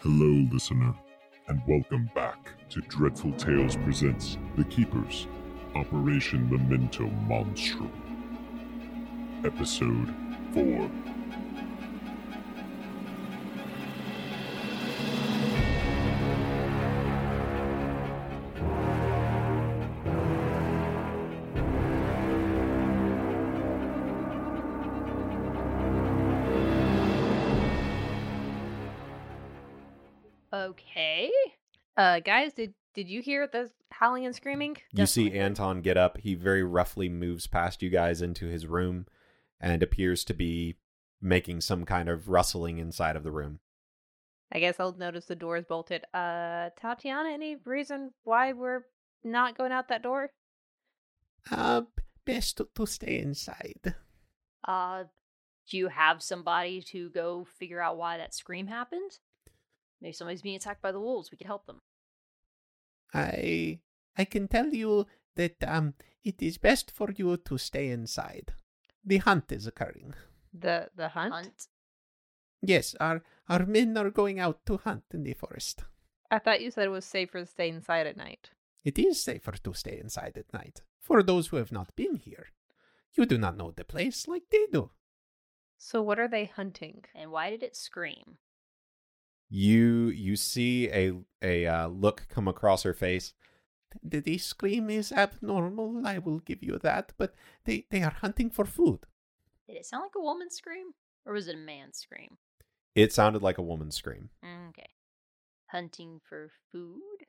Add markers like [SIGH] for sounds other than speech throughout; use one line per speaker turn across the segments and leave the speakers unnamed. Hello, listener, and welcome back to Dreadful Tales Presents The Keepers Operation Memento Monstrum. Episode 4.
Okay. Uh guys, did did you hear the howling and screaming?
You see Anton get up. He very roughly moves past you guys into his room and appears to be making some kind of rustling inside of the room.
I guess I'll notice the door is bolted. Uh Tatiana, any reason why we're not going out that door?
Uh, best to, to stay inside.
Uh, do you have somebody to go figure out why that scream happened? Maybe somebody's being attacked by the wolves. We could help them.
I I can tell you that um it is best for you to stay inside. The hunt is occurring.
The the hunt?
Hunt.
Yes, our our men are going out to hunt in the forest.
I thought you said it was safer to stay inside at night.
It is safer to stay inside at night for those who have not been here. You do not know the place like they do.
So what are they hunting?
And why did it scream?
You you see a a uh, look come across her face.
The, the scream is abnormal, I will give you that, but they, they are hunting for food.
Did it sound like a woman's scream? Or was it a man's scream?
It sounded like a woman's scream.
Okay. Hunting for food?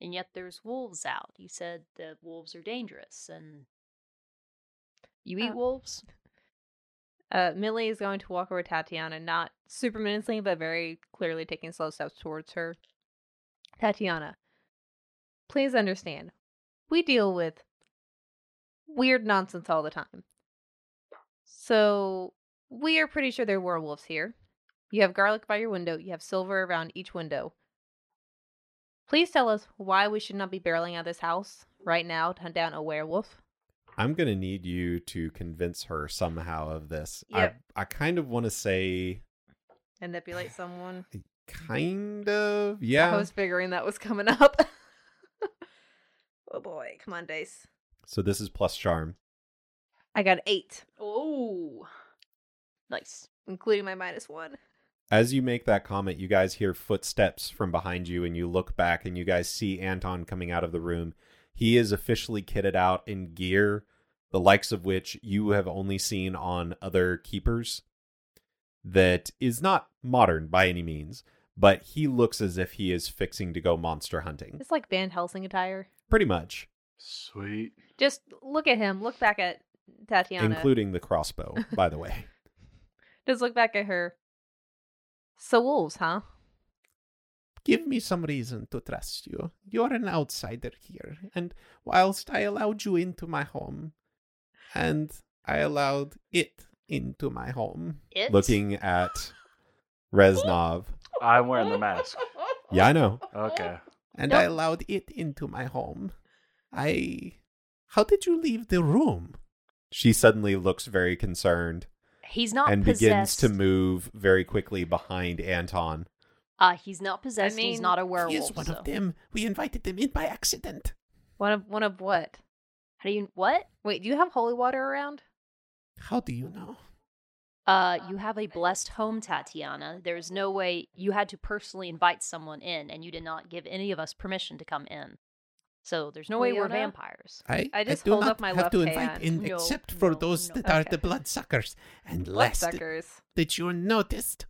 And yet there's wolves out. You said that wolves are dangerous and. You eat
Uh,
wolves?
Uh Millie is going to walk over to Tatiana, not super menacingly, but very clearly taking slow steps towards her. Tatiana, please understand. We deal with weird nonsense all the time. So we are pretty sure there were wolves here. You have garlic by your window, you have silver around each window. Please tell us why we should not be barreling out of this house right now to hunt down a werewolf.
I'm gonna need you to convince her somehow of this.
Yep.
I I kind of want to say
And manipulate someone.
kind of
I
yeah.
was figuring that was coming [LAUGHS] up. oh boy, come on, Dice.
So this is plus charm.
I got eight,
Oh! Nice.
including my minus one.
As you make that comment, you guys hear footsteps from behind you, and you look back and you guys see Anton coming out of the room. He is officially kitted out in gear, the likes of which you have only seen on other keepers. That is not modern by any means, but he looks as if he is fixing to go monster hunting.
It's like Van Helsing attire.
Pretty much,
Sweet.
Just look at him. Look back at Tatiana.
including the crossbow, by the way.
Just look back at her. So wolves, huh?
Give me some reason to trust you. You're an outsider here, and whilst I allowed you into my home, and I allowed it into my home,
[LAUGHS] It?
Looking at Reznov.
I'm wearing the mask.
[LAUGHS]
Yeah, I
[LAUGHS]
know. [LAUGHS]
Okay.
and I
Yep.
allowed it into my home, I. How did you leave the room?
She suddenly looks very concerned.
He's not
and begins
possessed.
to move very quickly behind Anton.
Uh, he's not possessed. and he's
mean,
not a
He
werewolf.
is one
so-
of them. We invited them in by accident.
One of one of what?
How do you. What?
Wait, do you have holy water around?
How do you know?
Uh, you have a blessed home, Tatiana. There is no way you had to personally invite someone in, and you did not give any of us permission to come in. So there's no way we're
Leona?
vampires.
I,
I just
do
hold
not
up my
have
left
to invite
hand.
in
No,
except for
no,
those
no.
that are
Okay.
the bloodsuckers. And last
Bloodsuckers.
that you noticed,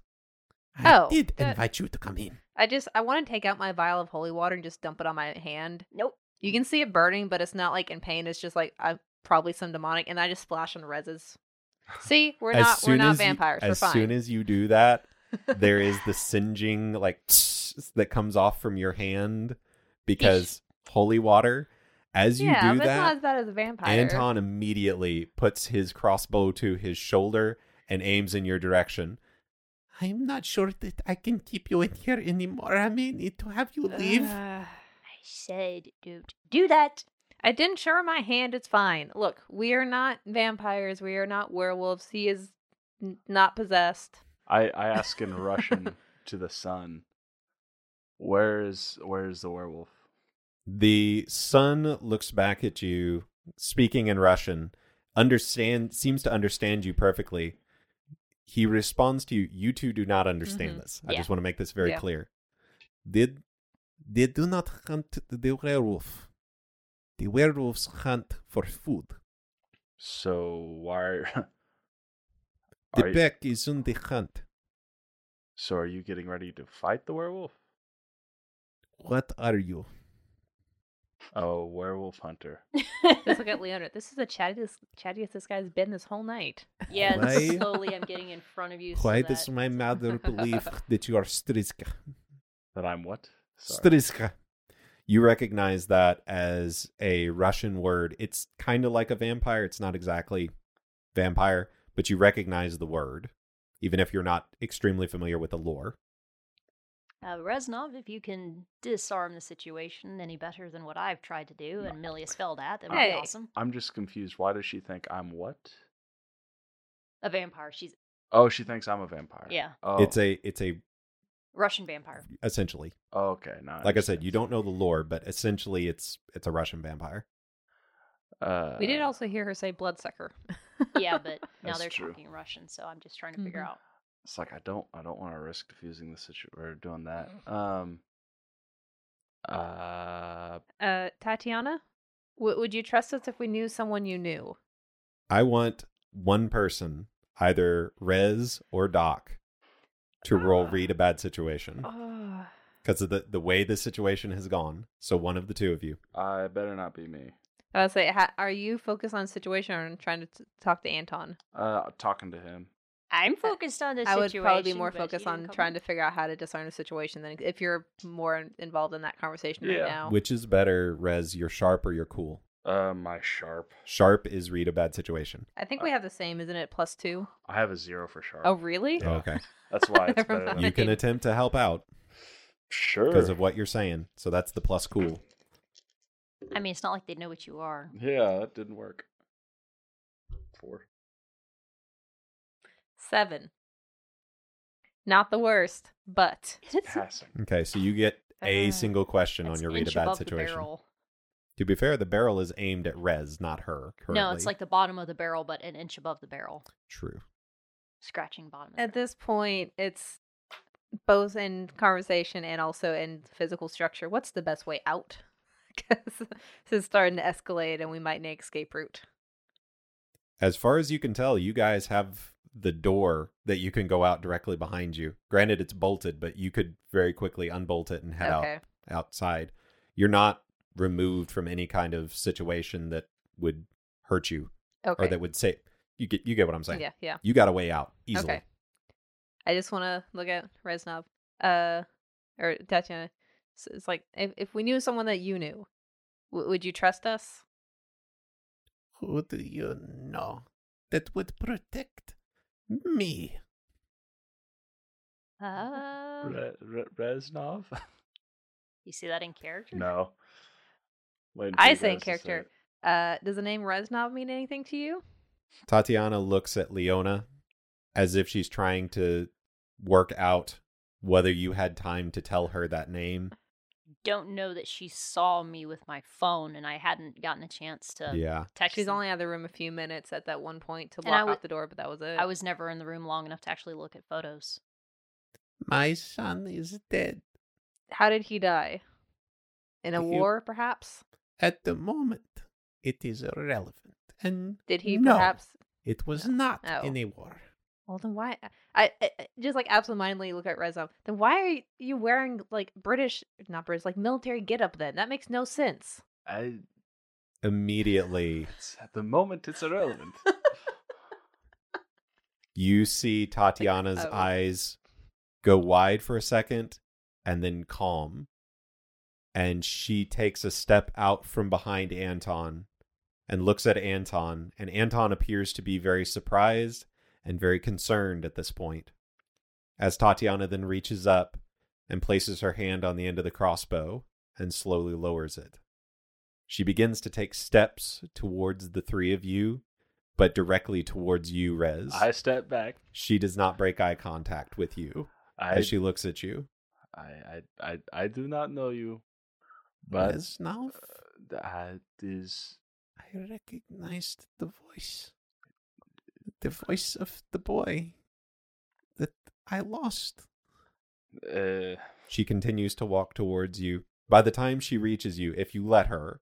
I
Oh,
did
that-
invite you to come in.
I just I want to take out my vial of holy water and just dump it on my hand.
Nope.
You can see it burning, but it's not like in pain. It's just like I'm probably some demonic, and I just splash on
[SIGHS]
Rez's. See, we're
As
not we're
soon
not
as you-
vampires. we're
as
fine.
soon as you
[LAUGHS]
do that, there is the singeing like tss that comes off from your hand because holy water. As you
yeah,
do
but it's not
that,
as bad as a vampire.
Anton immediately puts his crossbow to his shoulder and aims in your direction.
I'm not sure that I can keep you in here anymore. I may need to have you leave.
Ugh.
I said, don't do that.
Uh, I didn't show my hand. It's fine. Look, we are not vampires. We are not werewolves. He is n- not possessed.
I, I ask in Russian to the sun. Where is where is the werewolf?
The sun looks back at you, speaking in Russian, understand seems to understand you perfectly. He responds to you, you two do not understand
Mhm.
this. I
Mm-hmm. Yeah.
just want to make this very
Yeah.
clear.
Did they do not hunt the werewolf. The werewolves hunt for food.
So why are, [LAUGHS]
The
are you,
pack is on the hunt.
so are you getting ready to fight the werewolf?
What are you?
Oh, werewolf hunter.
Let's look
[LAUGHS]
at Leona. This is the chattiest, chattiest this guy's been this whole night.
[LAUGHS] yeah,
Why-
slowly I'm getting in front of you. so
Why
that-
does my mother believe that you are Striska?
That I'm what? Sorry.
Striska.
You recognize that as a Russian word. It's kind of like a vampire. It's not exactly vampire, but you recognize the word, even if you're not extremely familiar with the lore.
Uh, Reznov, if you can disarm the situation any better than what I've tried to do, and Millie has failed at, that would
Hey.
be awesome.
I'm just confused. Why does she think I'm what?
A vampire. She's
Oh, she thinks I'm a vampire.
Yeah.
Oh,
It's a it's a
Russian vampire.
essentially.
oh, okay. No,
Like I said, you don't know the lore, but essentially it's it's a Russian vampire.
Uh,
we did also hear her say bloodsucker.
[LAUGHS]
Yeah, but now
That's
they're
true.
talking Russian, so I'm just trying to figure
Mhm.
out.
It's like I don't, I don't want to risk diffusing the situation or doing that.
Mm.
Um. Uh,
uh, Tatiana, w- would you trust us if we knew someone you knew?
I want one person, either Rez or Doc, to roll
Ah.
read a bad situation
Oh.
because of the the way the situation has gone. So one of the two of you.
I better not be me.
I would say, ha- are you focused on situation or on trying to t- talk to Anton?
Uh, talking to him.
I'm focused on the
I
situation.
would probably be more
but you
focused
didn't
on
come-
trying to figure out how to discern a situation than if you're more in- involved in that conversation
Yeah.
right now.
Which is better, Rez? You're sharp or you're cool?
Uh, my sharp.
Sharp is read a bad situation.
I think we have the same, isn't it? Plus two.
I have a zero for sharp.
Oh, really?
Yeah.
Okay,
[LAUGHS]
[LAUGHS]
That's why it's
Never
better. Than
mind.
you can attempt to help out
sure.
because of what you're saying. So that's the plus cool.
I mean, it's not like they know what
[LAUGHS]
you are.
Yeah, that didn't work.
[LAUGHS]
Four.
Seven. Not the worst, but
Passing.
Okay, so you get a
Uh,
single question
That's
on your
an
read a
inch
bad
above the
situation.
barrel.
To be fair, the barrel is aimed at Rez, not her. Currently.
No, it's like the bottom of the barrel, but an inch above the barrel.
true.
Scratching bottom. Of the
at
barrel.
this point, it's both in conversation and also in physical structure. What's the best way out? [LAUGHS] Because this is starting to escalate, and we might need escape route.
As far as you can tell, you guys have the door that you can go out directly behind you. Granted, it's bolted, but you could very quickly unbolt it and head
okay.
out outside. You're not removed from any kind of situation that would hurt you
Okay.
or that would say you get you get what I'm saying.
yeah. Yeah.
You got a way out easily.
Okay. I just want to look at Reznov, uh, or Tatiana. S- It's like if if we knew someone that you knew, w- would you trust us?
Who do you know that would protect me?
Uh,
Re- Re- Reznov? [LAUGHS]
you see that in character?
no. Waiting for
I
you
say in
guys to say
character.
it.
Uh, does the name Reznov mean anything to you?
Tatiana looks at Leona as if she's trying to work out whether you had time to tell her that name.
Don't know that she saw me with my phone, and I hadn't gotten a chance to
yeah.
text.
She's
them.
only out of the room a few minutes at that one point to
And I
block
wa-
off the door, but that was it.
I was never in the room long enough to actually look at photos.
My son is dead
How did he die? In a
He-
war, perhaps?
at the moment. It is irrelevant. And
Did he
no,
perhaps?
It was not
Oh.
in a war.
Well, then why? uh, I, I I- just like absentmindedly look at Rezum. Then why are you wearing like British, not British, like military getup? Then that makes no sense.
I,
Immediately
it's, at the moment, it's irrelevant.
you see Tatiana's
oh.
eyes go wide for a second and then calm. And she takes a step out from behind Anton and looks at Anton. And Anton appears to be very surprised and very concerned at this point. As Tatiana then reaches up and places her hand on the end of the crossbow and slowly lowers it. She begins to take steps towards the three of you, but directly towards you, Rez.
I step back.
She does not break eye contact with you.
I,
as she looks at you.
I, I, I, I do not know you, but uh,
But now
that is
I recognized the voice. The voice of the boy that I lost.
uh,
She continues to walk towards you. By the time she reaches you, if you let her,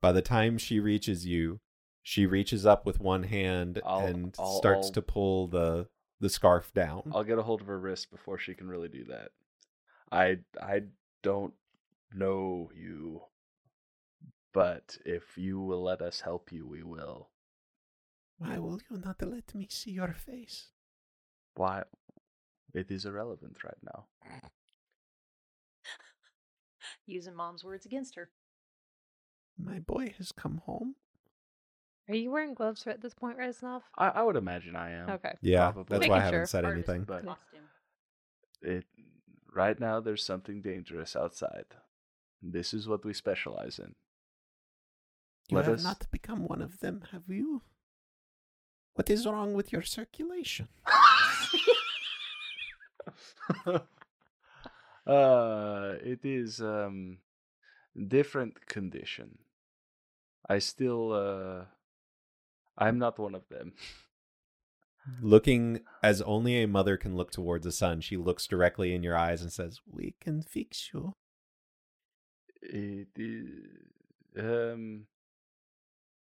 by the time she reaches you, she reaches up with one hand
I'll-
and
I'll-
starts
I'll-
to pull the the scarf
Hmm.
down.
I'll get a hold of her wrist before she can really do that. I I don't know you, but if you will let us help you, we will.
Why will you not let me see your face?
Why? It is irrelevant right now.
Using mom's words against her.
My boy has come home.
Are you wearing gloves at this point, Reznov?
I, I would imagine I am.
Okay.
yeah,
probably.
that's
Making
why I haven't
sure.
said
Artist
anything.
But-
costume.
It right now there's something dangerous outside. This is what we specialize in.
You
Let
have
us-
not become one of them, have you? What is wrong with your circulation?
uh, it is um different condition. I still uh I'm not one of them. [LAUGHS]
Looking as only a mother can look towards a son, she looks directly in your eyes and says,
We can fix you.
It is um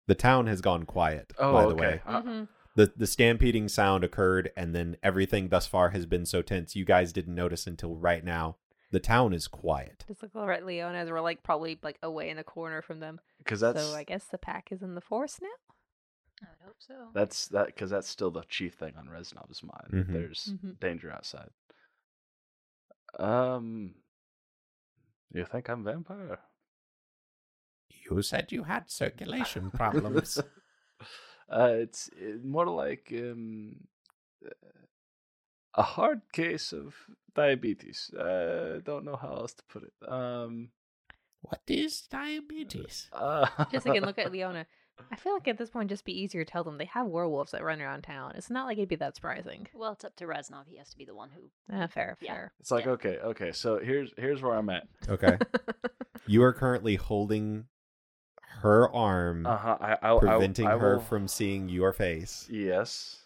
"The town has gone quiet."
oh
by the
okay.
way,
Uh,
Mhm.
the the stampeding sound occurred, and then everything thus far has been so tense you guys didn't notice until right now. The town is quiet.
Just look over at Leona as we're like probably like away in the corner from them.
Cause that's
So I guess the pack is in the forest now.
I would hope so.
that's that because that's still the chief thing on Reznov's mind.
Mhm.
There's
Mhm.
danger outside. Um, you think I'm vampire?
You said you had
[LAUGHS]
circulation problems.
uh, it's uh, more like um, uh, a hard case of diabetes. Uh, don't know how else to put it. Um,
what is diabetes?
uh,
[LAUGHS] Just again,
[LAUGHS]
look at Leona. I feel like at this point, just be easier to tell them they have werewolves that run around town. It's not like it'd be that surprising.
Well, it's up to Reznov. He has to be the one who.
Ah, fair, [LAUGHS]
Yeah.
fair.
It's like
Yeah.
okay, okay. So here's here's where I'm at.
[LAUGHS]
Okay, you are currently holding her arm,
Uh huh. I, I, I,
Mm. preventing
I
her
will-
from seeing your face.
Yes.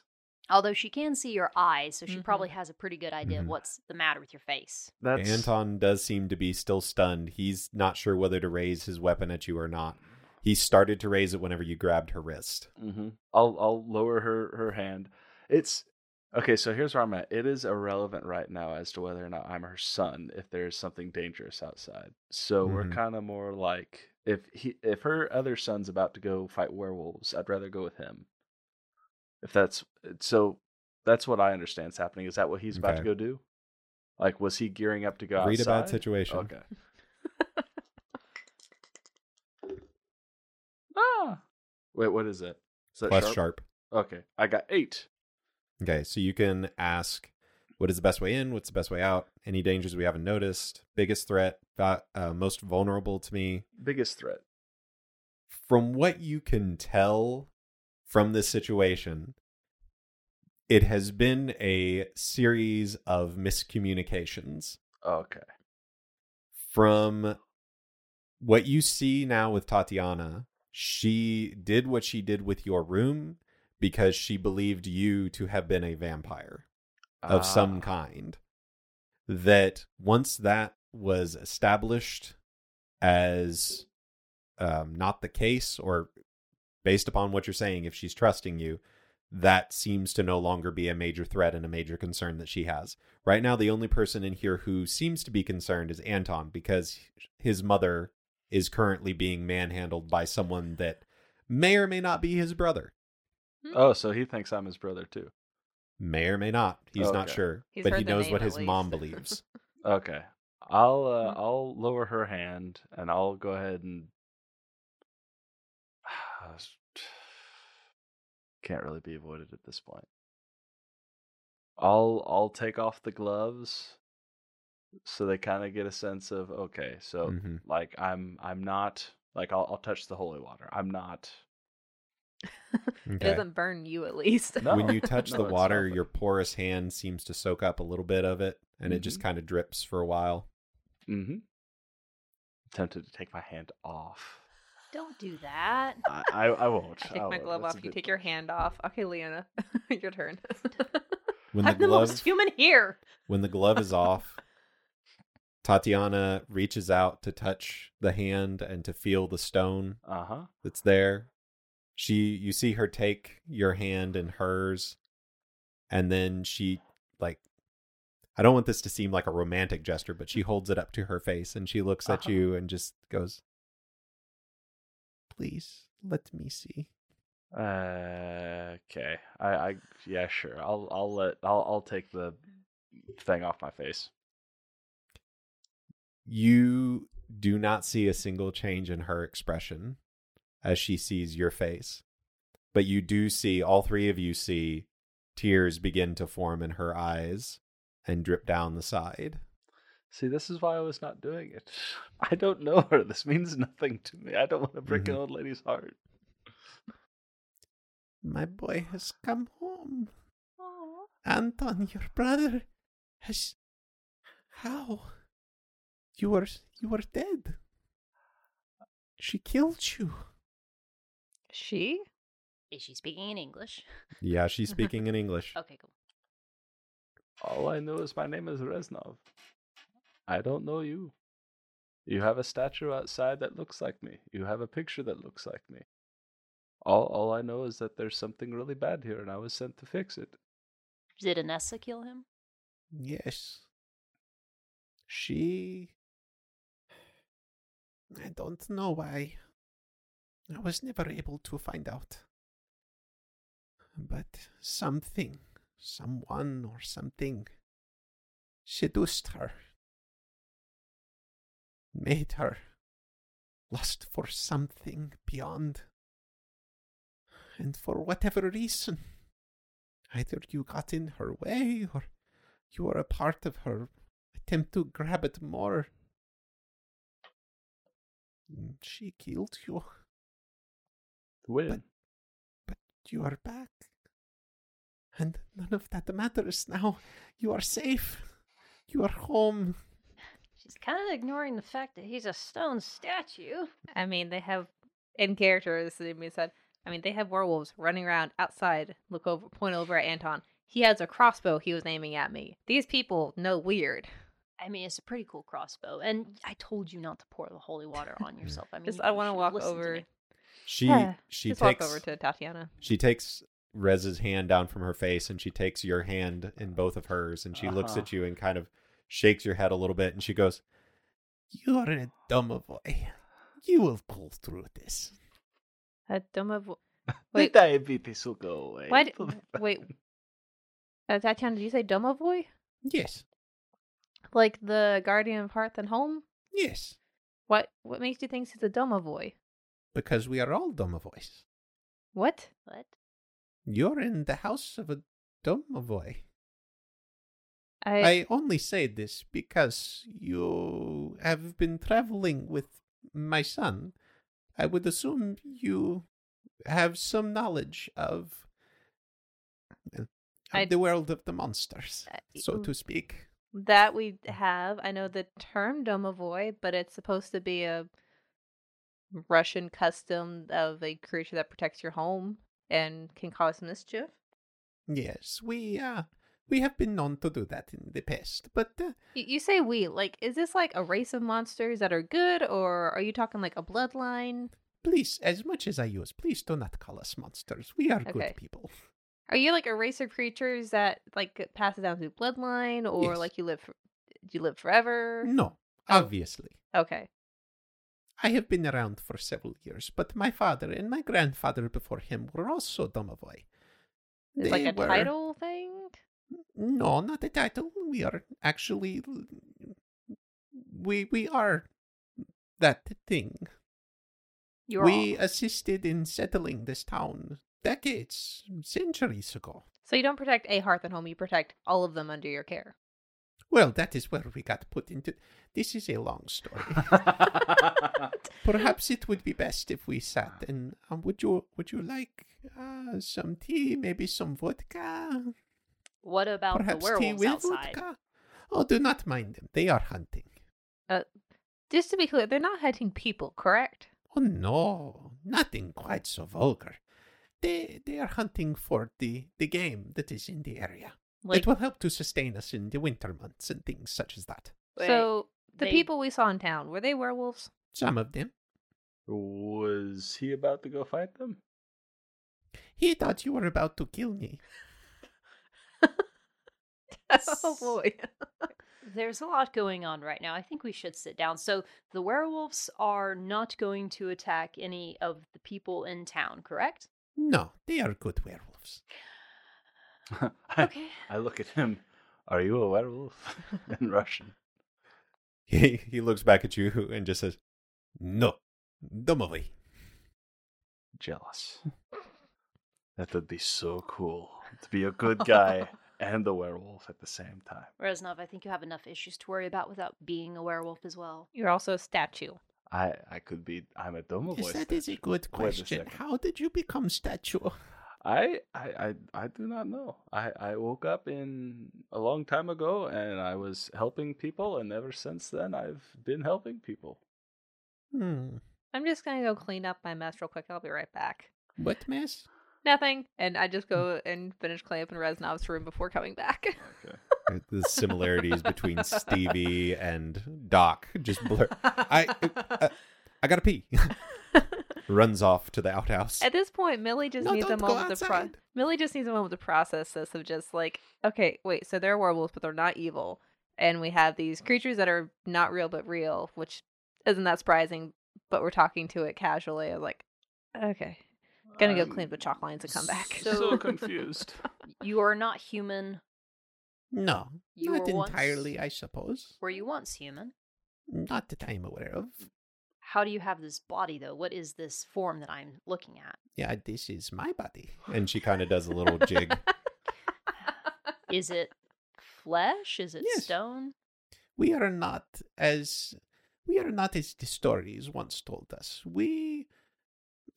Although she can see your eyes, so she
Mhm.
probably has a pretty good idea of
Mm-hmm.
Mhm.
what's the matter with your face.
That's
Anton does seem to be still stunned. He's not sure whether to raise his weapon at you or not. He started to raise it whenever you grabbed her wrist.
Mm-hmm. I'll I'll lower her her hand. It's okay. So here's where I'm at. It is irrelevant right now as to whether or not I'm her son. If there is something dangerous outside, so we're
Mhm.
kind of more like if he if her other son's about to go fight werewolves, I'd rather go with him. If that's uh, so, that's what I understand's happening. Is that what he's about to
Okay.
go do? Like, was he gearing up to go
Read about
outside?
situation.
Okay. ah. Wait, what is it? Is that
Plus
sharp?
sharp.
Okay, I got eight.
Okay, so you can ask what is the best way in, what's the best way out, any dangers we haven't noticed, biggest threat, va- uh, most vulnerable to me.
Biggest threat.
From what you can tell from this situation, it has been a series of miscommunications.
Okay.
from what you see now with Tatiana, she did what she did with your room because she believed you to have been a vampire of some
Ah,
kind. That once that was established as um, not the case, or based upon what you're saying, if she's trusting you, that seems to no longer be a major threat and a major concern that she has. Right now, the only person in here who seems to be concerned is Anton because his mother is currently being manhandled by someone that may or may not be his brother. Mm-hmm.
Oh, so he thinks I'm his brother too.
May or may not. He's not
Okay.
sure,
He's
but
heard
he
the
knows
name
what
at
his mom
least. [LAUGHS]
believes.
Okay. I'll
Mhm.
uh,
Mm-hmm.
I'll lower her hand and I'll go ahead and [SIGHS] can't really be avoided at this point. I'll I'll take off the gloves so they kind of get a sense of okay,
Oh.
so
Mhm. [LAUGHS]
like I'm I'm not like I'll I'll touch the holy water. I'm not
It doesn't burn you, at least.
[LAUGHS] No.
When you touch
No,
the
it's
water,
not.
your porous hand seems to soak up a little bit of it, and it just kind of drips for a while.
Mm-hmm. Tempted to take my hand off.
Don't do that.
I, I, I won't.
I [LAUGHS] take
I
my
won't.
glove
oh, That's
off.
a
You
bit-
take your hand off. Okay, Leona, [LAUGHS] your turn. [LAUGHS]
When the
I'm the
glove
most human here.
when the glove is off, Tatiana reaches out to touch the hand and to feel the stone
Uh huh.
that's there. She you see her take your hand in hers and then she like I don't want this to seem like a romantic gesture, but she holds it up to her face and she looks at
Uh-huh.
you and just goes,
Please let me see.
Uh, okay. I, I yeah, sure. I'll I'll let I'll I'll take the thing off my face.
You do not see a single change in her expression as she sees your face. But you do see, all three of you see tears begin to form in her eyes and drip down the side.
See, this is why I was not doing it. [SIGHS] I don't know her. This means nothing to me. I don't want to break
Mm-hmm.
Mhm.
an old lady's heart.
My boy has come home. Anton, your brother, has. How? You were you were dead. She killed you.
She?
Is she speaking in English?
Yeah,
Mm-hmm.
she's speaking in English.
Oh,
Okay, cool.
All I know is my name is Reznov. I don't know you. You have a statue outside that looks like me. You have a picture that looks like me. All all I know is that there's something really bad here and I was sent to fix it.
Did Anessa kill him?
Yes. She. I don't know why. I was never able to find out. But something, someone or something seduced her. Made her lust for something beyond. And for whatever reason, either you got in her way or you are a part of her attempt to grab it more. Mm, She killed you,
When?
but you are back. And none of that matters now. You are safe. You are home.
She's kind of ignoring the fact that he's a stone statue.
I mean, they have in character. This is being said. I mean, they have werewolves running around outside. Look over, point over at Anton. He has a crossbow. He was aiming at me. These people know weird. [LAUGHS]
I mean, it's a pretty cool crossbow. And I told you not to pour the holy
[LAUGHS]
water on yourself. I mean,
Just-
you-
I
you
wanna
should
walk
listen to
over.
me.
She
Yeah,
she
Just
takes
walk over to Tatiana.
she takes Rez's hand down from her face and she takes your hand in both of hers and she looks
Uh-huh.
at you and kind of shakes your head a little bit and she goes, [LAUGHS]
You're a dumb boy. You will pull through this.
Uh,
[LAUGHS]
Doma,
The
wait,
diabetes will go away.
why?
[LAUGHS]
d- wait, uh, Tatiana, did you say Domovoy?
Yes,
Like the guardian of hearth and home?
yes,
What? What makes you think he's a Domovoy?
because we are all domovoys.
What?
What?
You're in the house of a domovoy.
I,
I only say this because you have been traveling with my son. I would assume you have some knowledge of, of
I-
the world of the monsters,
I- Mm.
so to speak.
that we have. I know the term domovoy, but it's supposed to be a Russian custom of a creature that protects your home and can cause mischief.
Yes, we uh, we have been known to do that in the past, but uh,
You, you say we, like, is this like a race of monsters that are good, or are you talking like a bloodline?
please, as much as I use, please do not call us monsters. We are
Okay.
good people.
Are you like a race of creatures that like passes down through bloodline, or
Yes.
like you live, for- you live forever?
No,
Oh.
obviously.
Okay.
I have been around for several years, but my father and my grandfather before him were also domovoy.
It's like
They
a
were-
title thing.
No, not a title. We are actually we we are that thing.
You're
we uh,
all-
assisted in settling this town decades, centuries ago.
[LAUGHS] So you don't protect a hearth and home; you protect all of them under your care.
Well, that is where we got put into. This is a long story. Perhaps it would be best if we
Ah.
sat and um, would you would you like uh, some tea, maybe some vodka?
What about
Perhaps
the
tea
werewolves
with
outside?
vodka. Oh, do not mind them. They are hunting.
Uh, Just to be clear, they're not hunting people, correct?
Oh no, nothing quite so vulgar. They they are hunting for the the game that is in the area.
Like,
it will help to sustain us in the winter months and things such as that.
wait,
so the
they-
people we saw in town were they werewolves? [LAUGHS]
Some of them.
Was he about to go fight them? [LAUGHS]
He thought you were about to kill me.
oh boy!
There's a lot going on right now. I think we should sit down. So the werewolves are not going to attack any of the people in town, correct?
No, they are good werewolves.
I, I look at him. Are you a werewolf [LAUGHS] in Russian?
He he looks back at you and just says, "No, domovy."
Jealous. That would be so cool to be a good
[LAUGHS]
guy and a werewolf at the same time.
Reznov, I think you have enough issues to worry about without being a werewolf as well.
You're also a statue.
I I could be. I'm a domo
Yes,
voice.
that is a good question.
second.
How did you become statue?
I, I I I do not know. I I woke up in a long time ago and I was helping people, and ever since then I've been helping people.
Hmm.
I'm just gonna go clean up my mess real quick. I'll be right back.
What mess?
Nothing. And I just go and finish cleaning up in Reznov's room before coming back.
Okay.
The
[LAUGHS]
similarities between Stevie and Doc just blur. I- uh, I gotta pee.
[LAUGHS]
Runs off to the outhouse.
At this point, Millie just
No,
needs a
don't go
moment to pro-
outside.
Millie just needs a moment to process this of just like, okay, wait, so they're werewolves, but they're not evil, and we have these creatures that are not real but real, which isn't that surprising. But we're talking to it casually. I'm like, okay, gonna go
I'm
clean up the chalk lines and come back.
[LAUGHS]
So,
[LAUGHS]
So-
confused.
You are not human.
No,
You
not
were once-
entirely, I suppose.
Were you once human?
Not that I'm aware of.
How do you have this body, though? What is this form that I'm looking at?
Yeah, this is my body.
and she kind of does a little
[LAUGHS]
jig.
Is it flesh? Is it
Yes.
stone?
we are not as we are not as the stories once told us. We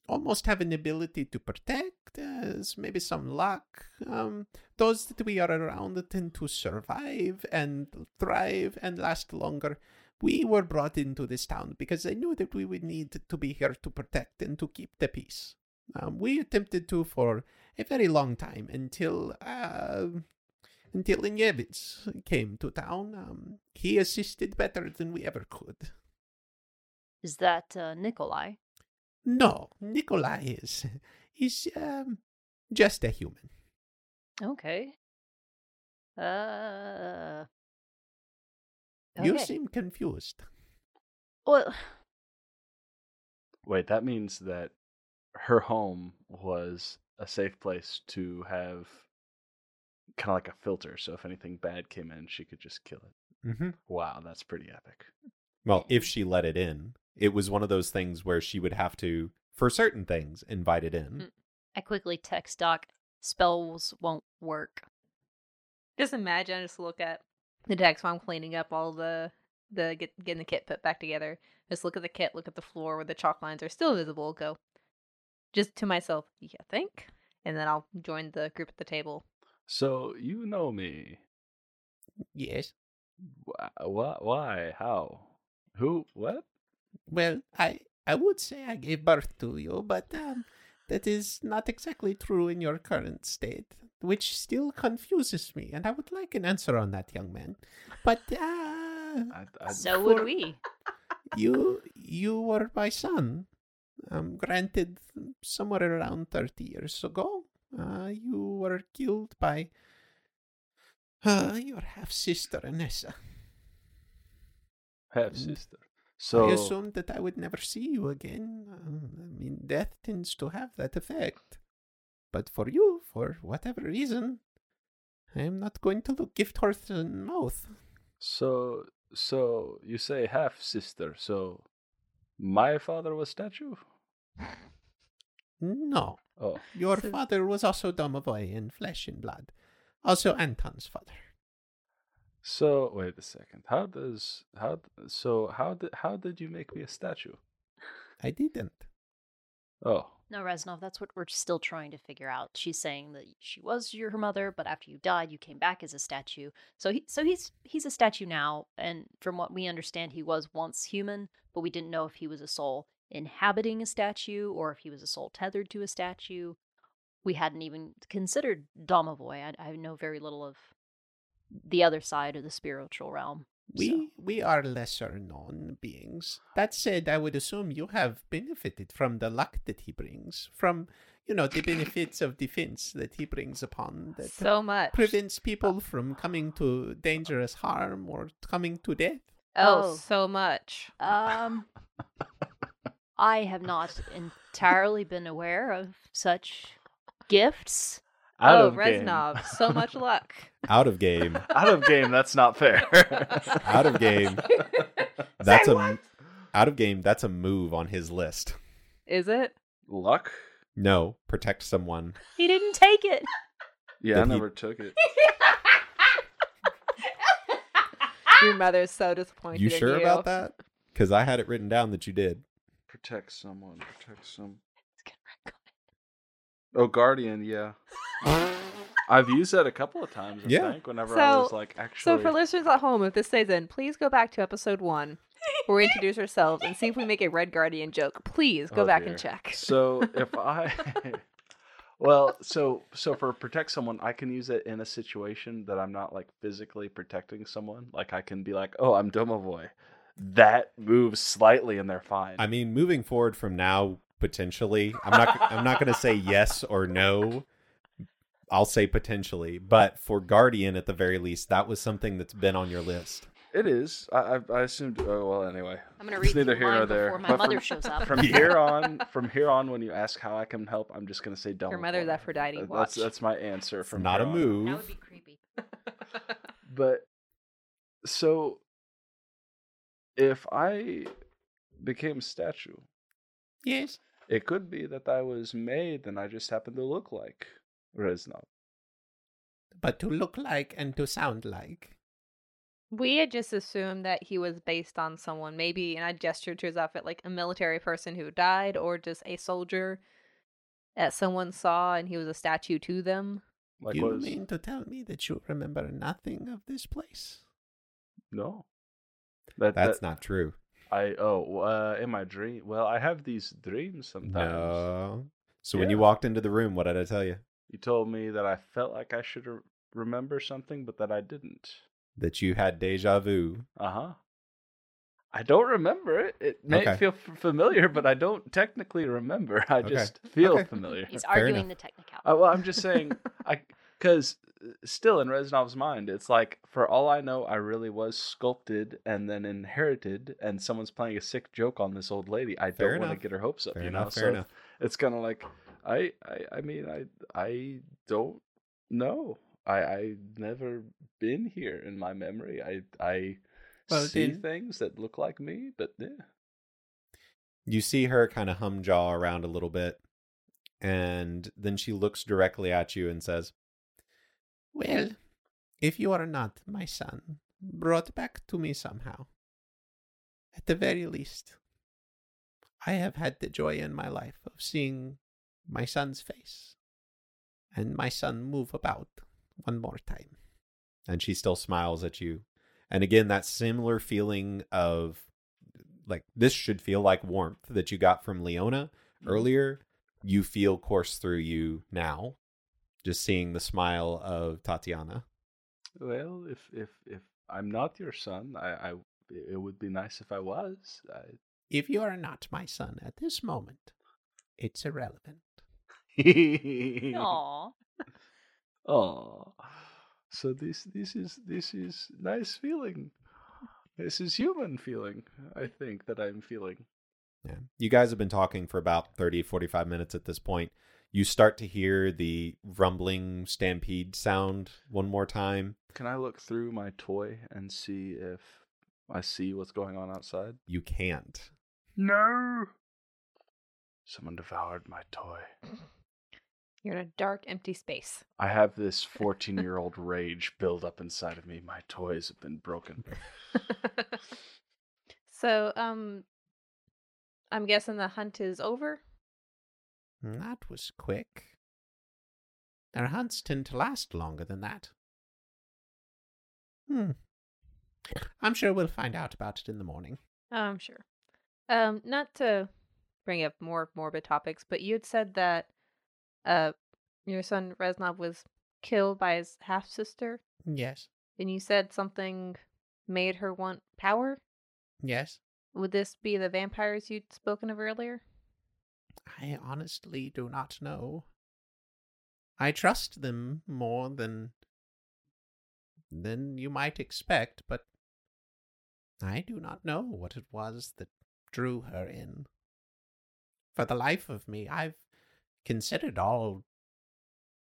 almost have an ability to protect, as maybe some luck. Um, those that we are around tend to survive and thrive and last longer. We were brought into this town because they knew that we would need to be here to protect and to keep the peace. Um, we attempted to for a very long time until. Uh, until Inyevitz came to town. Um, he assisted better than we ever could.
Is that uh, Nikolai?
No, Nikolai is is um, just a human.
Okay. Uh.
You
okay.
seem confused.
Well,
Wait, that means that her home was a safe place to have kind of like a filter. So if anything bad came in, she could just kill it.
Mm-hmm.
Wow, that's pretty epic.
Well, if she let it in, it was one of those things where she would have to, for certain things, invite it in.
I quickly text Doc. Spells won't work.
just imagine I just look at the decks while I'm cleaning up all the the get, getting the kit put back together. Just look at the kit, look at the floor where the chalk lines are still visible. Go just to myself, yeah, think, and then I'll join the group at the table.
So you know me.
Yes.
What? Why? How? Who? What?
Well, I I would say I gave birth to you, but um, that is not exactly true in your current state, which still confuses me. And I would like an answer on that, young man. But uh,
I, I,
So would
For-
we.
you you were my son. Um, granted, somewhere around thirty years ago, uh, you were killed by uh, your half sister Anessa.
have sister. So
I assumed that I would never see you again. Uh, I mean, death tends to have that effect. But for you, for whatever reason, I am not going to look gift horse in mouth.
so so you say half sister. So my father was statue.
No,
Oh,
your
So-
father was also Domovoy in flesh and blood, also Anton's father.
So wait a second. How does how d- so how did how did you make me a statue?
I didn't.
Oh,
No, Reznov, that's what we're still trying to figure out. She's saying that she was your her mother, but after you died, you came back as a statue. So he, so he's he's a statue now, and from what we understand, he was once human, but we didn't know if he was a soul inhabiting a statue or if he was a soul tethered to a statue. We hadn't even considered Domovoy. I, I know very little of the other side of the spiritual realm.
We
so.
we are lesser known beings. That said, I would assume you have benefited from the luck that he brings, from you know the benefits of defense that he brings upon that
so much.
prevents people from coming to dangerous harm or coming to death.
oh, so much.
Um, I have not entirely been aware of such gifts.
out
oh,
of
Reznov,
game.
so much luck.
Out of game.
out of game. That's not fair.
[LAUGHS]
[LAUGHS]
Out of game. That's a out of game. That's a move on his list.
[LAUGHS] Is it?
Luck.
No, protect someone.
He didn't take it.
Yeah, I
Did he-
never took it.
Your mother's so disappointed.
you
in
sure about that? Because I had it written down that you did.
Protect someone. Protect some. Oh, guardian. Yeah, I've used that a couple of times. I
Yeah.
think, whenever I was
So-
like,
So,
actually,
for listeners at home, if this stays in, please go back to episode one where
[LAUGHS]
we introduce ourselves and see if we make a Red Guardian joke. Please go
Oh,
back
dear.
and check.
So
[LAUGHS]
if I [LAUGHS] well, so so for protect someone, I can use it in a situation that I'm not like physically protecting someone. Like I can be like, oh, I'm Domovoy. That moves slightly and they're fine.
I mean, moving forward from now, potentially. I'm not. I'm not going to say yes or no. I'll say potentially, but for Guardian, at the very least, that was something that's been on your list.
It is. I, I, I assumed. Oh well.
[LAUGHS]
Anyway,
I'm gonna
It's
read
neither
through
here
mine
nor there.
before my
But
mother
from- [LAUGHS]
shows up.
from here on,
[LAUGHS]
from here on, when you ask how I can help, I'm just gonna say Domovoy.
Your mother's Aphrodite.
Uh,
Watch.
That's that's my answer.
It's
From
not a
here on.
That
move.
would be creepy. [LAUGHS]
But so if I became statue,
Yes.
it could be that I was made and I just happened to look like Reznov.
But to look like and to sound like.
We had just assumed that he was based on someone, maybe, and I gestured to his outfit like a military person who died or just a soldier that someone saw and he was a statue to them.
Like
you
was
mean to tell me that you remember nothing of this place?
no. That,
That's
that-
not true.
I oh uh, in my dream. Well, I have these dreams sometimes.
No. So when
Yeah.
you walked into the room, Uh, what did I tell you?
You told me that I felt like I should re- remember something, but that I didn't.
That you had deja vu.
Uh huh. I don't remember it. It may
Okay.
feel f- familiar, but I don't technically remember. [LAUGHS] I
Okay.
just feel
Okay.
familiar.
He's
Fair
arguing
enough.
the technicality.
Uh, well, I'm just [LAUGHS] saying, I because still in Reznov's mind, it's like for all I know, I really was sculpted and then inherited, and someone's playing a sick joke on this old lady. I
Fair
don't want to
enough.
get her hopes up.
Fair
you know,
enough.
so
Fair enough.
it's kind of like I, I, I mean, I, I don't know. I, I never been here in my memory. I, I
Well,
see
then-
things that look like me, but yeah.
You see her kind of humjaw around a little bit, and then she looks directly at you and says,
Well, if you are not my son, brought back to me somehow, at the very least, I have had the joy in my life of seeing my son's face and my son move about one more time.
and she still smiles at you. And again, that similar feeling of like this should feel like warmth that you got from Leona earlier, you feel course through you now, just seeing the smile of Tatiana.
Well, if if if I'm not your son, I, I it would be nice if I was. I,
If you are not my son at this moment, it's irrelevant.
[LAUGHS] Aww.
Aw.
Oh. So this this is this is nice feeling. This is human feeling, I think, that I'm feeling.
Yeah. You guys have been talking for about 30, 45 minutes at this point. You start to hear the rumbling stampede sound one more time.
Can I look through my toy and see if I see what's going on outside?
You can't.
No. Someone devoured my toy.
You're in a dark, empty space. [LAUGHS]
I have this 14 year old rage build up inside of me. My toys have been broken. [LAUGHS]
so, um, I'm guessing the hunt is over.
That was quick. Their hunts tend to last longer than that. Hmm. I'm sure we'll find out about it in the morning.
I'm sure. Um, not to bring up more morbid topics, but you had said that uh your son Reznov was killed by his half sister,
Yes.
and you said something made her want power.
Yes.
Would this be the vampires you'd spoken of earlier?
I honestly do not know. I trust them more than than you might expect, but I do not know what it was that drew her in. For the life of me, I've considered all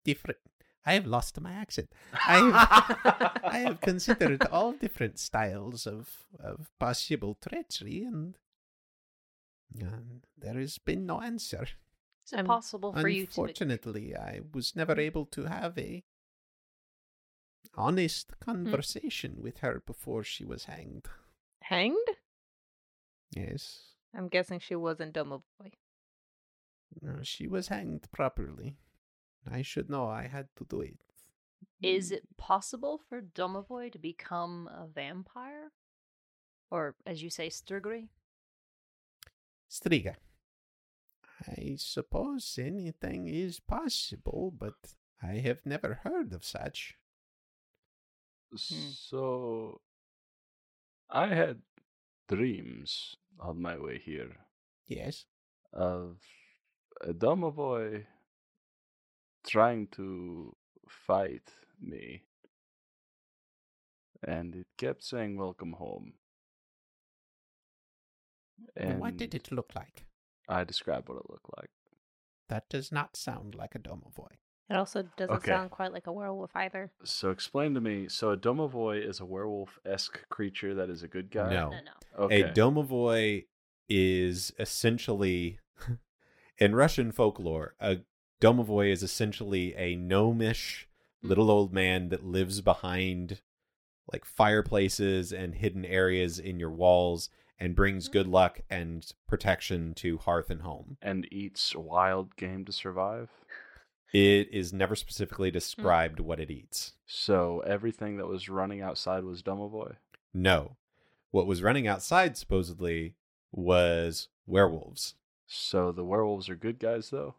different I have lost my accent. I- I have considered all different styles of of possible treachery and um, there has been no answer.
Is
I'm
it possible for you Mm-hmm. to?
Unfortunately, I was never able to have a honest
Mm.
conversation with her before she was hanged.
Hanged?
Yes,
I'm guessing she wasn't Domovoy.
Uh, she was hanged properly. I should know I had to do it.
Is it possible for Domovoy to become a vampire, or as you say, Sturgery?
Striga. I suppose anything is possible, but I have never heard of such.
so, I had dreams on my way here
Yes.
of a domovoy trying to fight me. And it kept saying, Welcome home.
And what did
And
it look like?
I described what it looked like.
That does not sound like a domovoy.
It also doesn't
Okay.
sound quite like a werewolf either.
So explain to me. So a domovoy is a werewolf esque creature that is a good guy.
No.
No, no.
Okay.
A domovoy is essentially, [LAUGHS] in Russian folklore, a domovoy is essentially a gnomish little old man that lives behind like fireplaces and hidden areas in your walls and brings good luck and protection to hearth and home.
and eats wild game to survive.
It is never specifically described what it eats.
So everything that was running outside was domovoy.
No. What was running outside supposedly was werewolves.
So the werewolves are good guys, though.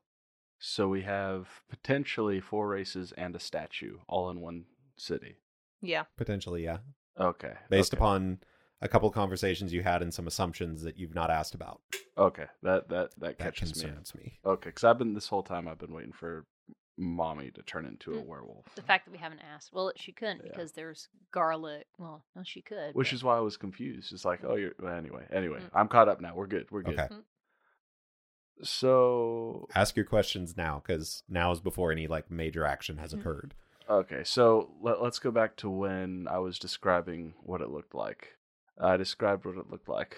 So we have potentially four races and a statue all in one city.
Yeah.
Potentially, yeah.
Okay.
based
okay,
upon a couple conversations you had and some assumptions that you've not asked about.
Okay, that that that
That
catches me.
concerns me.
up. Okay, because I've been this whole time I've been waiting for mommy to turn into a
Mm.
werewolf,
The fact that we haven't asked. Well, she couldn't
Yeah.
because there's garlic. Well, no, she could.
which
but-
is why I was confused. It's like, oh, you're well, anyway. Anyway, I'm caught up now. We're good. We're good.
Okay.
So
Ask your questions now because now is before any like major action has occurred.
Okay, so let, let's go back to when I was describing what it looked like. I described what it looked like.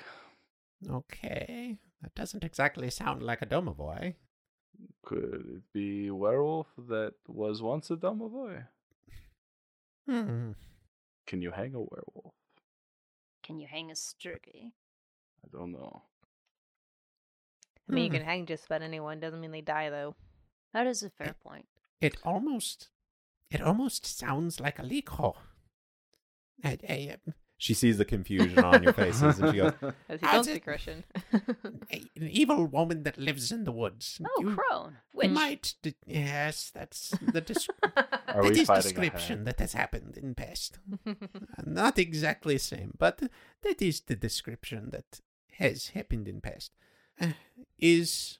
Okay, that doesn't exactly sound like a domovoy.
Could it be a werewolf that was once a domovoy?
Hmm.
Can you hang a werewolf?
Can you hang a Sturgery?
I don't know.
I mean,
Hmm.
you can hang just about anyone. Doesn't mean they die, though.
That is a fair point.
It almost, it almost sounds like a leekhor. I, I, um,
She sees the confusion on your faces and she
[LAUGHS]
goes,
As he
How's
don't
it-
speak Russian. [LAUGHS]
a- an evil woman that lives in the woods.
Oh,
you
crone. Which
might. de- yes, that's the dis-
Are
that
we
is
fighting a
description
hag?
that has happened in past. Uh, Not exactly same, but that is the description that has happened in past. Uh, is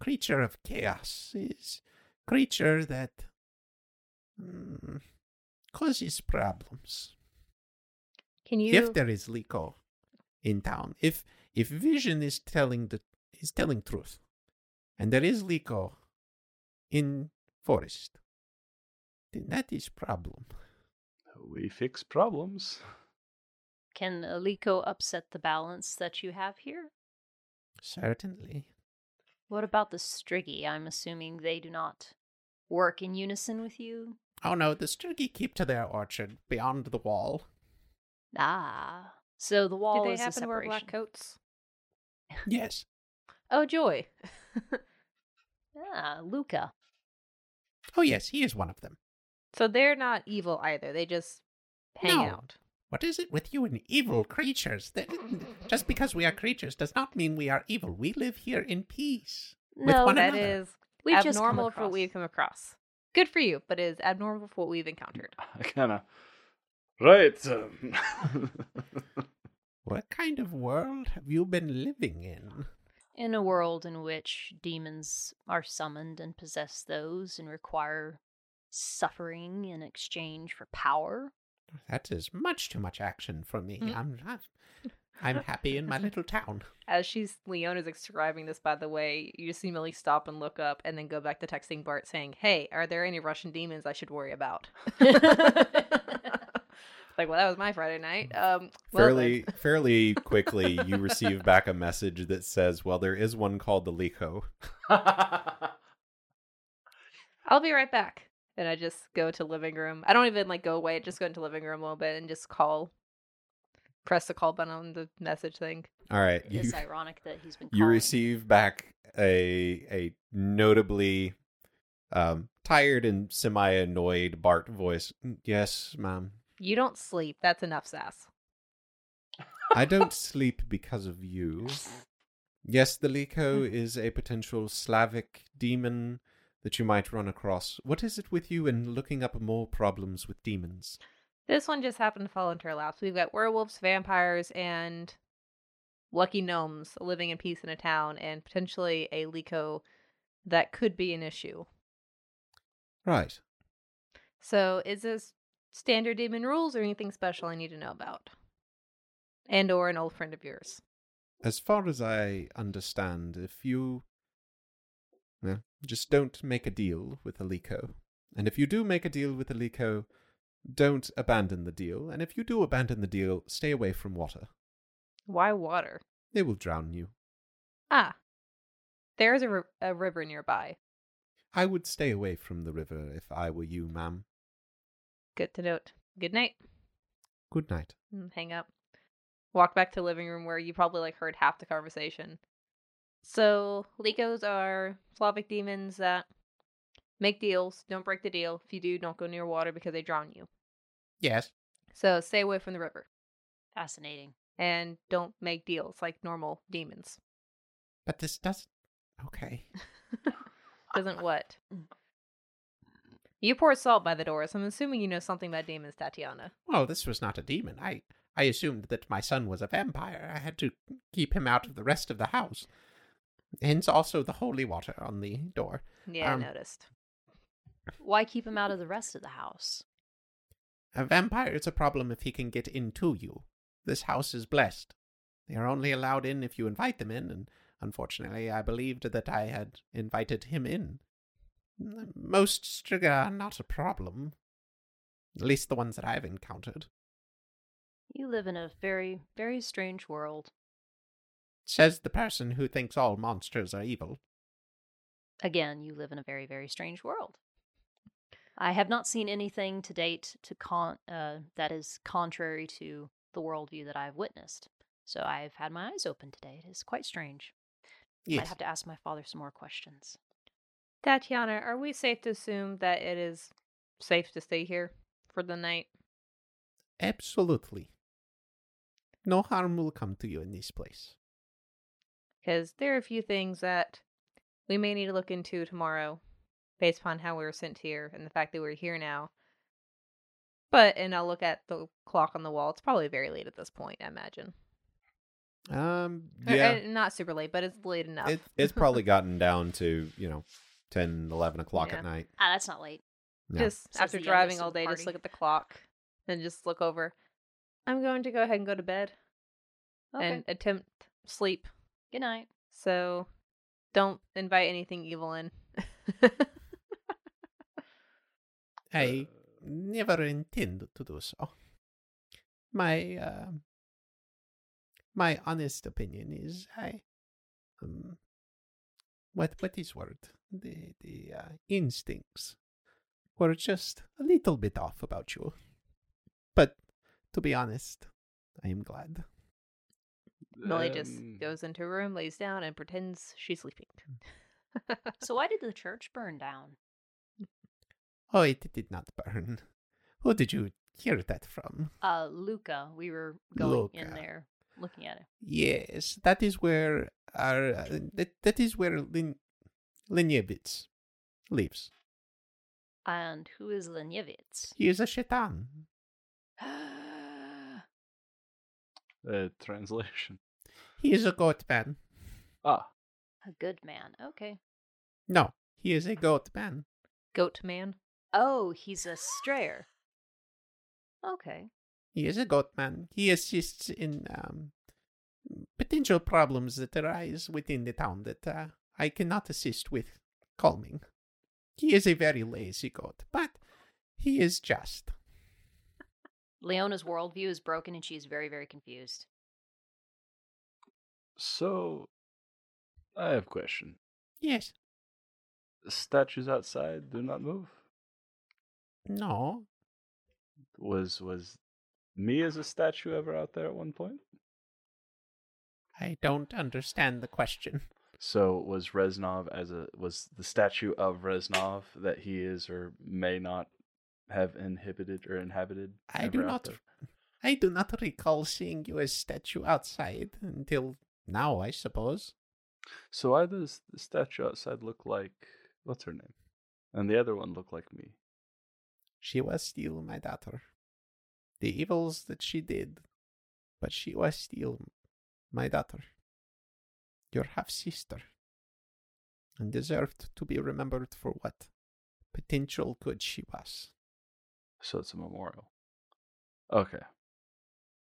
creature of chaos is creature that mm, causes problems.
Can you?
If there is Liko in town, if if Vision is telling the is telling truth, and there is Liko in forest, then that is problem.
We fix problems. [LAUGHS]
can Aliko upset the balance that you have here?
Certainly.
What about the Striggy? I'm assuming they do not work in unison with you.
Oh no, the Sturgi keep to their orchard beyond the wall.
Ah, so the wall
Did they
is a
happen to wear
separation.
black coats?
[LAUGHS] Yes.
Oh, joy. [LAUGHS]
Ah, Luca.
Oh yes, he is one of them.
So they're not evil either. They just hang
No.
out.
What is it with you and evil creatures? That, [LAUGHS] just because we are creatures does not mean we are evil. We live here in peace. With
No,
one
That
another.
is
we just come
abnormal for what
across-
we've come across. Good for you, but it is abnormal for what we've encountered.
I kind of. Right. Um. [LAUGHS]
What kind of world have you been living in?
in a world in which demons are summoned and possess those and require suffering in exchange for power.
That is much too much action for me.
Mm.
I'm not. I'm happy in my little town.
As she's Leona's describing this, by the way, you just see Millie stop and look up, and then go back to texting Bart saying, "Hey, are there any Russian demons I should worry
[LAUGHS]
about?" [LAUGHS] like, well, that was my Friday night. Um, well,
fairly
then.
fairly quickly you receive back a message [LAUGHS] that says well there is one called the lico
I'll be right back. And I just go to living room. I don't even like go away. I just go into living room a little bit and just call, press the call button on the message thing.
all right
It
you,
is ironic that he's been
you
calling.
receive back a a notably um tired and semi annoyed bart voice "Mm, yes ma'am
You don't sleep. That's enough sass.
i don't sleep because of you yes the lico is a potential slavic demon that you might run across what is it with you in looking up more problems with demons
This one just happened to fall into her laps. We've got werewolves, vampires, and lucky gnomes living in peace in a town, and potentially a Liko that could be an issue.
right
So, is this standard demon rules or anything special I need to know about? And or an old friend of yours?
as far as I understand, if you well, just don't make a deal with Alico, and if you do make a deal with Alico, don't abandon the deal, and if you do abandon the deal, stay away from water.
Why water?
They will drown you.
Ah, there's a, ri- a river nearby.
I would stay away from the river if I were you, ma'am.
Good to note. Good night.
Good night.
and hang up. Walk back to living room where you probably like heard half the conversation. So Likos are Slavic demons that make deals. Don't break the deal. If you do, don't go near water because they drown you.
Yes.
So stay away from the river
Fascinating.
and don't make deals like normal demons.
But this doesn't. Okay.
Doesn't what? You poured salt by the door, so I'm assuming you know something about demons, Tatiana.
Well, this was not a demon. I I assumed that my son was a vampire. I had to keep him out of the rest of the house. Hence, also the holy water on the door.
Yeah,
Um,
I noticed.
Why keep him out of the rest of the house?
A vampire is a problem if he can get into you. This house is blessed. They are only allowed in if you invite them in, and unfortunately, I believed that I had invited him in. Mm, Most Striga are not a problem. At least the ones that I've encountered.
You live in a very, very strange world.
Says the person who thinks all monsters are evil.
Again, you live in a very, very strange world. I have not seen anything to date to con- uh, that is contrary to the worldview that I've witnessed. So I've had my eyes open today. It is quite strange. I'd
Yes.
have to ask my father some more questions.
Tatiana, are we safe to assume that it is safe to stay here for the night?
Absolutely. No harm will come to you in this place.
because there are a few things that we may need to look into tomorrow based upon how we were sent here and the fact that we're here now. But, and I'll look at the clock on the wall. It's probably very late at this point, I imagine.
Um,
Or,
yeah,
uh, not super late, but it's late enough.
it,
[LAUGHS]
it's probably gotten down to you know 10, 11 o'clock
Yeah.
at night.
Ah, that's not late.
No.
just
Says
after
the
driving
youngest
all
of the
day, just
party.
look at the clock and just look over. I'm going to go ahead and go to bed
Okay.
and attempt sleep.
Good night.
So don't invite anything evil in. [LAUGHS]
I never intend to do so. Oh. My uh, my honest opinion is I um what what is word the the uh, instincts were just a little bit off about you. But to be honest, I am glad.
Millie just
Um,
goes into a room, lays down, and pretends she's sleeping.
So why did the church burn down?
Oh, it did not burn. Who did you hear that from?
Uh, Luca, we were going in
Luca.
there looking at it.
Yes, that is where our uh, that, that is where Lin Linyevitz lives.
And who is [GASPS] Lenyevitz?
He is a shaitan.
uh, translation.
He is a goat man.
Ah,
A good man. Okay.
No, he is a goat man.
Goat man.
Oh, he's a strayer. Okay.
He is a goat man. He assists in um, potential problems that arise within the town that uh, I cannot assist with calming. He is a very lazy goat, but he is just.
Leona's worldview is broken and she is very, very confused.
so I have a question.
Yes,
Statues outside do not move.
no,
Was was me as a statue ever out there at one point?
I don't understand the question.
So was Reznov as a was the statue of Reznov that he is or may not have inhibited or inhabited?
I
ever
do
out
not.
there?
I do not recall seeing you as statue outside until now. I suppose
So why does the statue outside look like what's her name, and the other one look like me?
she was still my daughter. The evils that she did, but she was still my daughter. Your half sister, and deserved to be remembered for what potential good she was.
So it's a memorial. Okay.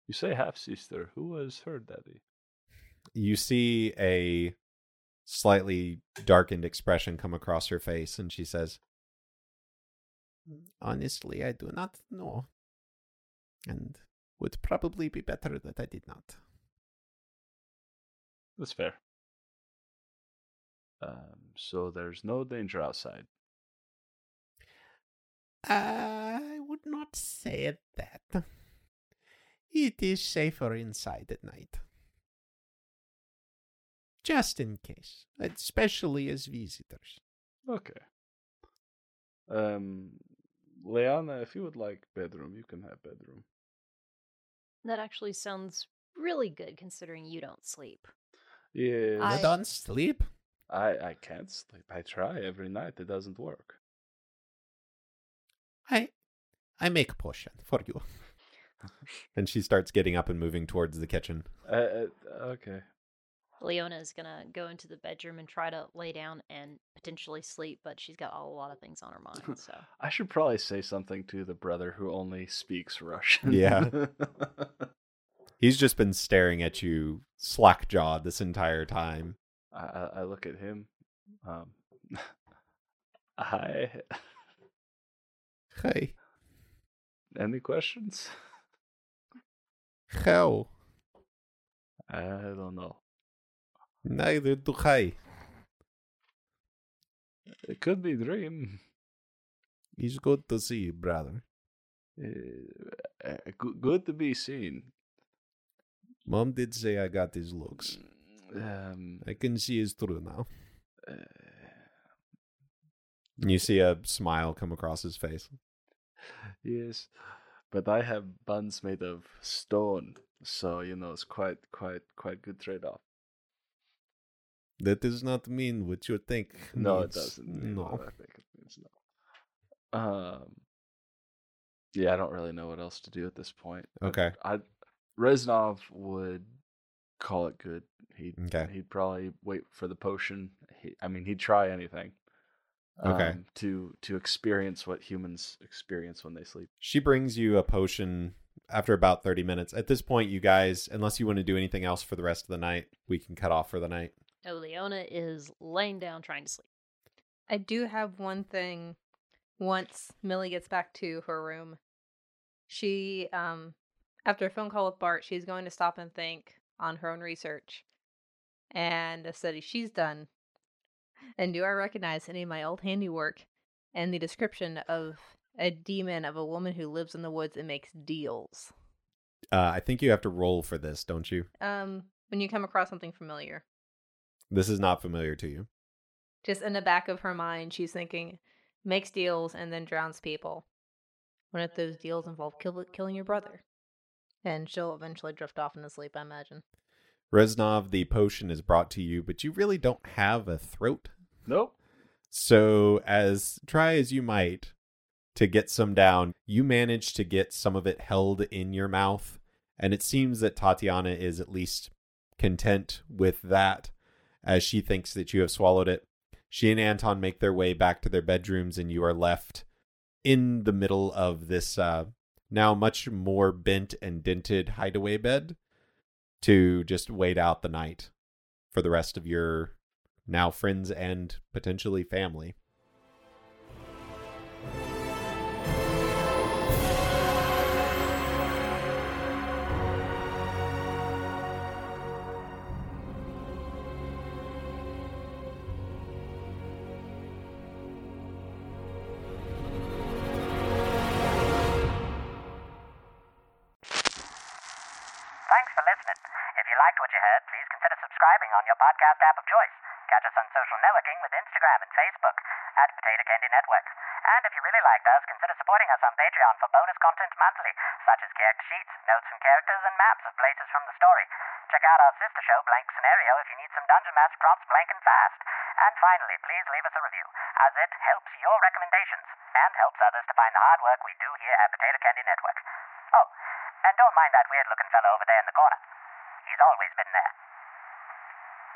You say half sister. Who was her daddy?
you see a slightly darkened expression come across her face and she says
Honestly, I do not know, and would probably be better that I did not.
That's fair. Um, so there's no danger outside.
I would not say that. It is safer inside at night. Just in case, especially as visitors.
Okay. Um, Leanna, if you would like bedroom, you can have bedroom.
That actually sounds really good considering you don't sleep.
Yeah.
I
I-
don't sleep.
I I can't sleep. I try every night. It doesn't work.
I, I make potion for you.
and she starts getting up and moving towards the kitchen
Uh, uh, okay.
Leona is going to go into the bedroom and try to lay down and potentially sleep, but she's got a lot of things on her mind. So
I should probably say something to the brother who only speaks Russian.
Yeah. he's just been staring at you slack jawed this entire time
[LAUGHS] I, I I look at him. Um, [LAUGHS] hi.
Hey,
Any questions?
how?
I don't know.
neither do i
It could be dream.
it's good to see you brother
Uh, uh, goo- Eh, good to be seen.
mom did say i got his looks
Um,
i can see it's true now
uh,
and you see a smile come across his face
yes, but I have buns made of stone, so you know it's quite, quite, quite good trade-off.
that does not mean what you think
No, it
means.
doesn't. mean
no
what I think it means no. Um. Yeah, I don't really know what else to do at this point. I-
Okay.
I Reznov would call it good. He'd
Okay.
he'd probably wait for the potion. He, I mean, he'd try anything.
Okay.
um, to to experience what humans experience when they sleep.
She brings you a potion after about 30 minutes. At this point, you guys, unless you want to do anything else for the rest of the night, we can cut off for the night.
oh, Leona is laying down trying to sleep.
I do have one thing. Once Millie gets back to her room, she, um, after a phone call with Bart, she's going to stop and think on her own research and a study she's done. And do I recognize any of my old handiwork? and the description of a demon of a woman who lives in the woods and makes deals.
Uh, I think you have to roll for this, don't you?
Um, when you come across something familiar,
This is not familiar to you.
just in the back of her mind, she's thinking, makes deals and then drowns people. One of those deals involved kill- killing your brother, and she'll eventually drift off into sleep, I imagine.
Reznov, the potion is brought to you, but you really don't have a throat.
Nope.
So, as try as you might to get some down, you manage to get some of it held in your mouth. And it seems that Tatiana is at least content with that as she thinks that you have swallowed it. She and Anton make their way back to their bedrooms, and you are left in the middle of this uh, now much more bent and dented hideaway bed to just wait out the night for the rest of your now friends and potentially family.
Thanks for listening. If you liked what you heard, please consider subscribing on your podcast app of choice. Catch us on social networking with Instagram and Facebook at Potato Candy Network. And if you really liked us, consider supporting us on Patreon for bonus content monthly, such as character sheets, notes from characters, and maps of places from the story. Check out our sister show, Blank Scenario, if you need some Dungeon Master prompts blank and fast. And finally, please leave us a review, as it helps your recommendations and helps others to find the hard work we do here at Potato Candy Network. Oh, and don't mind that weird looking fellow over there in the corner. He's always been there.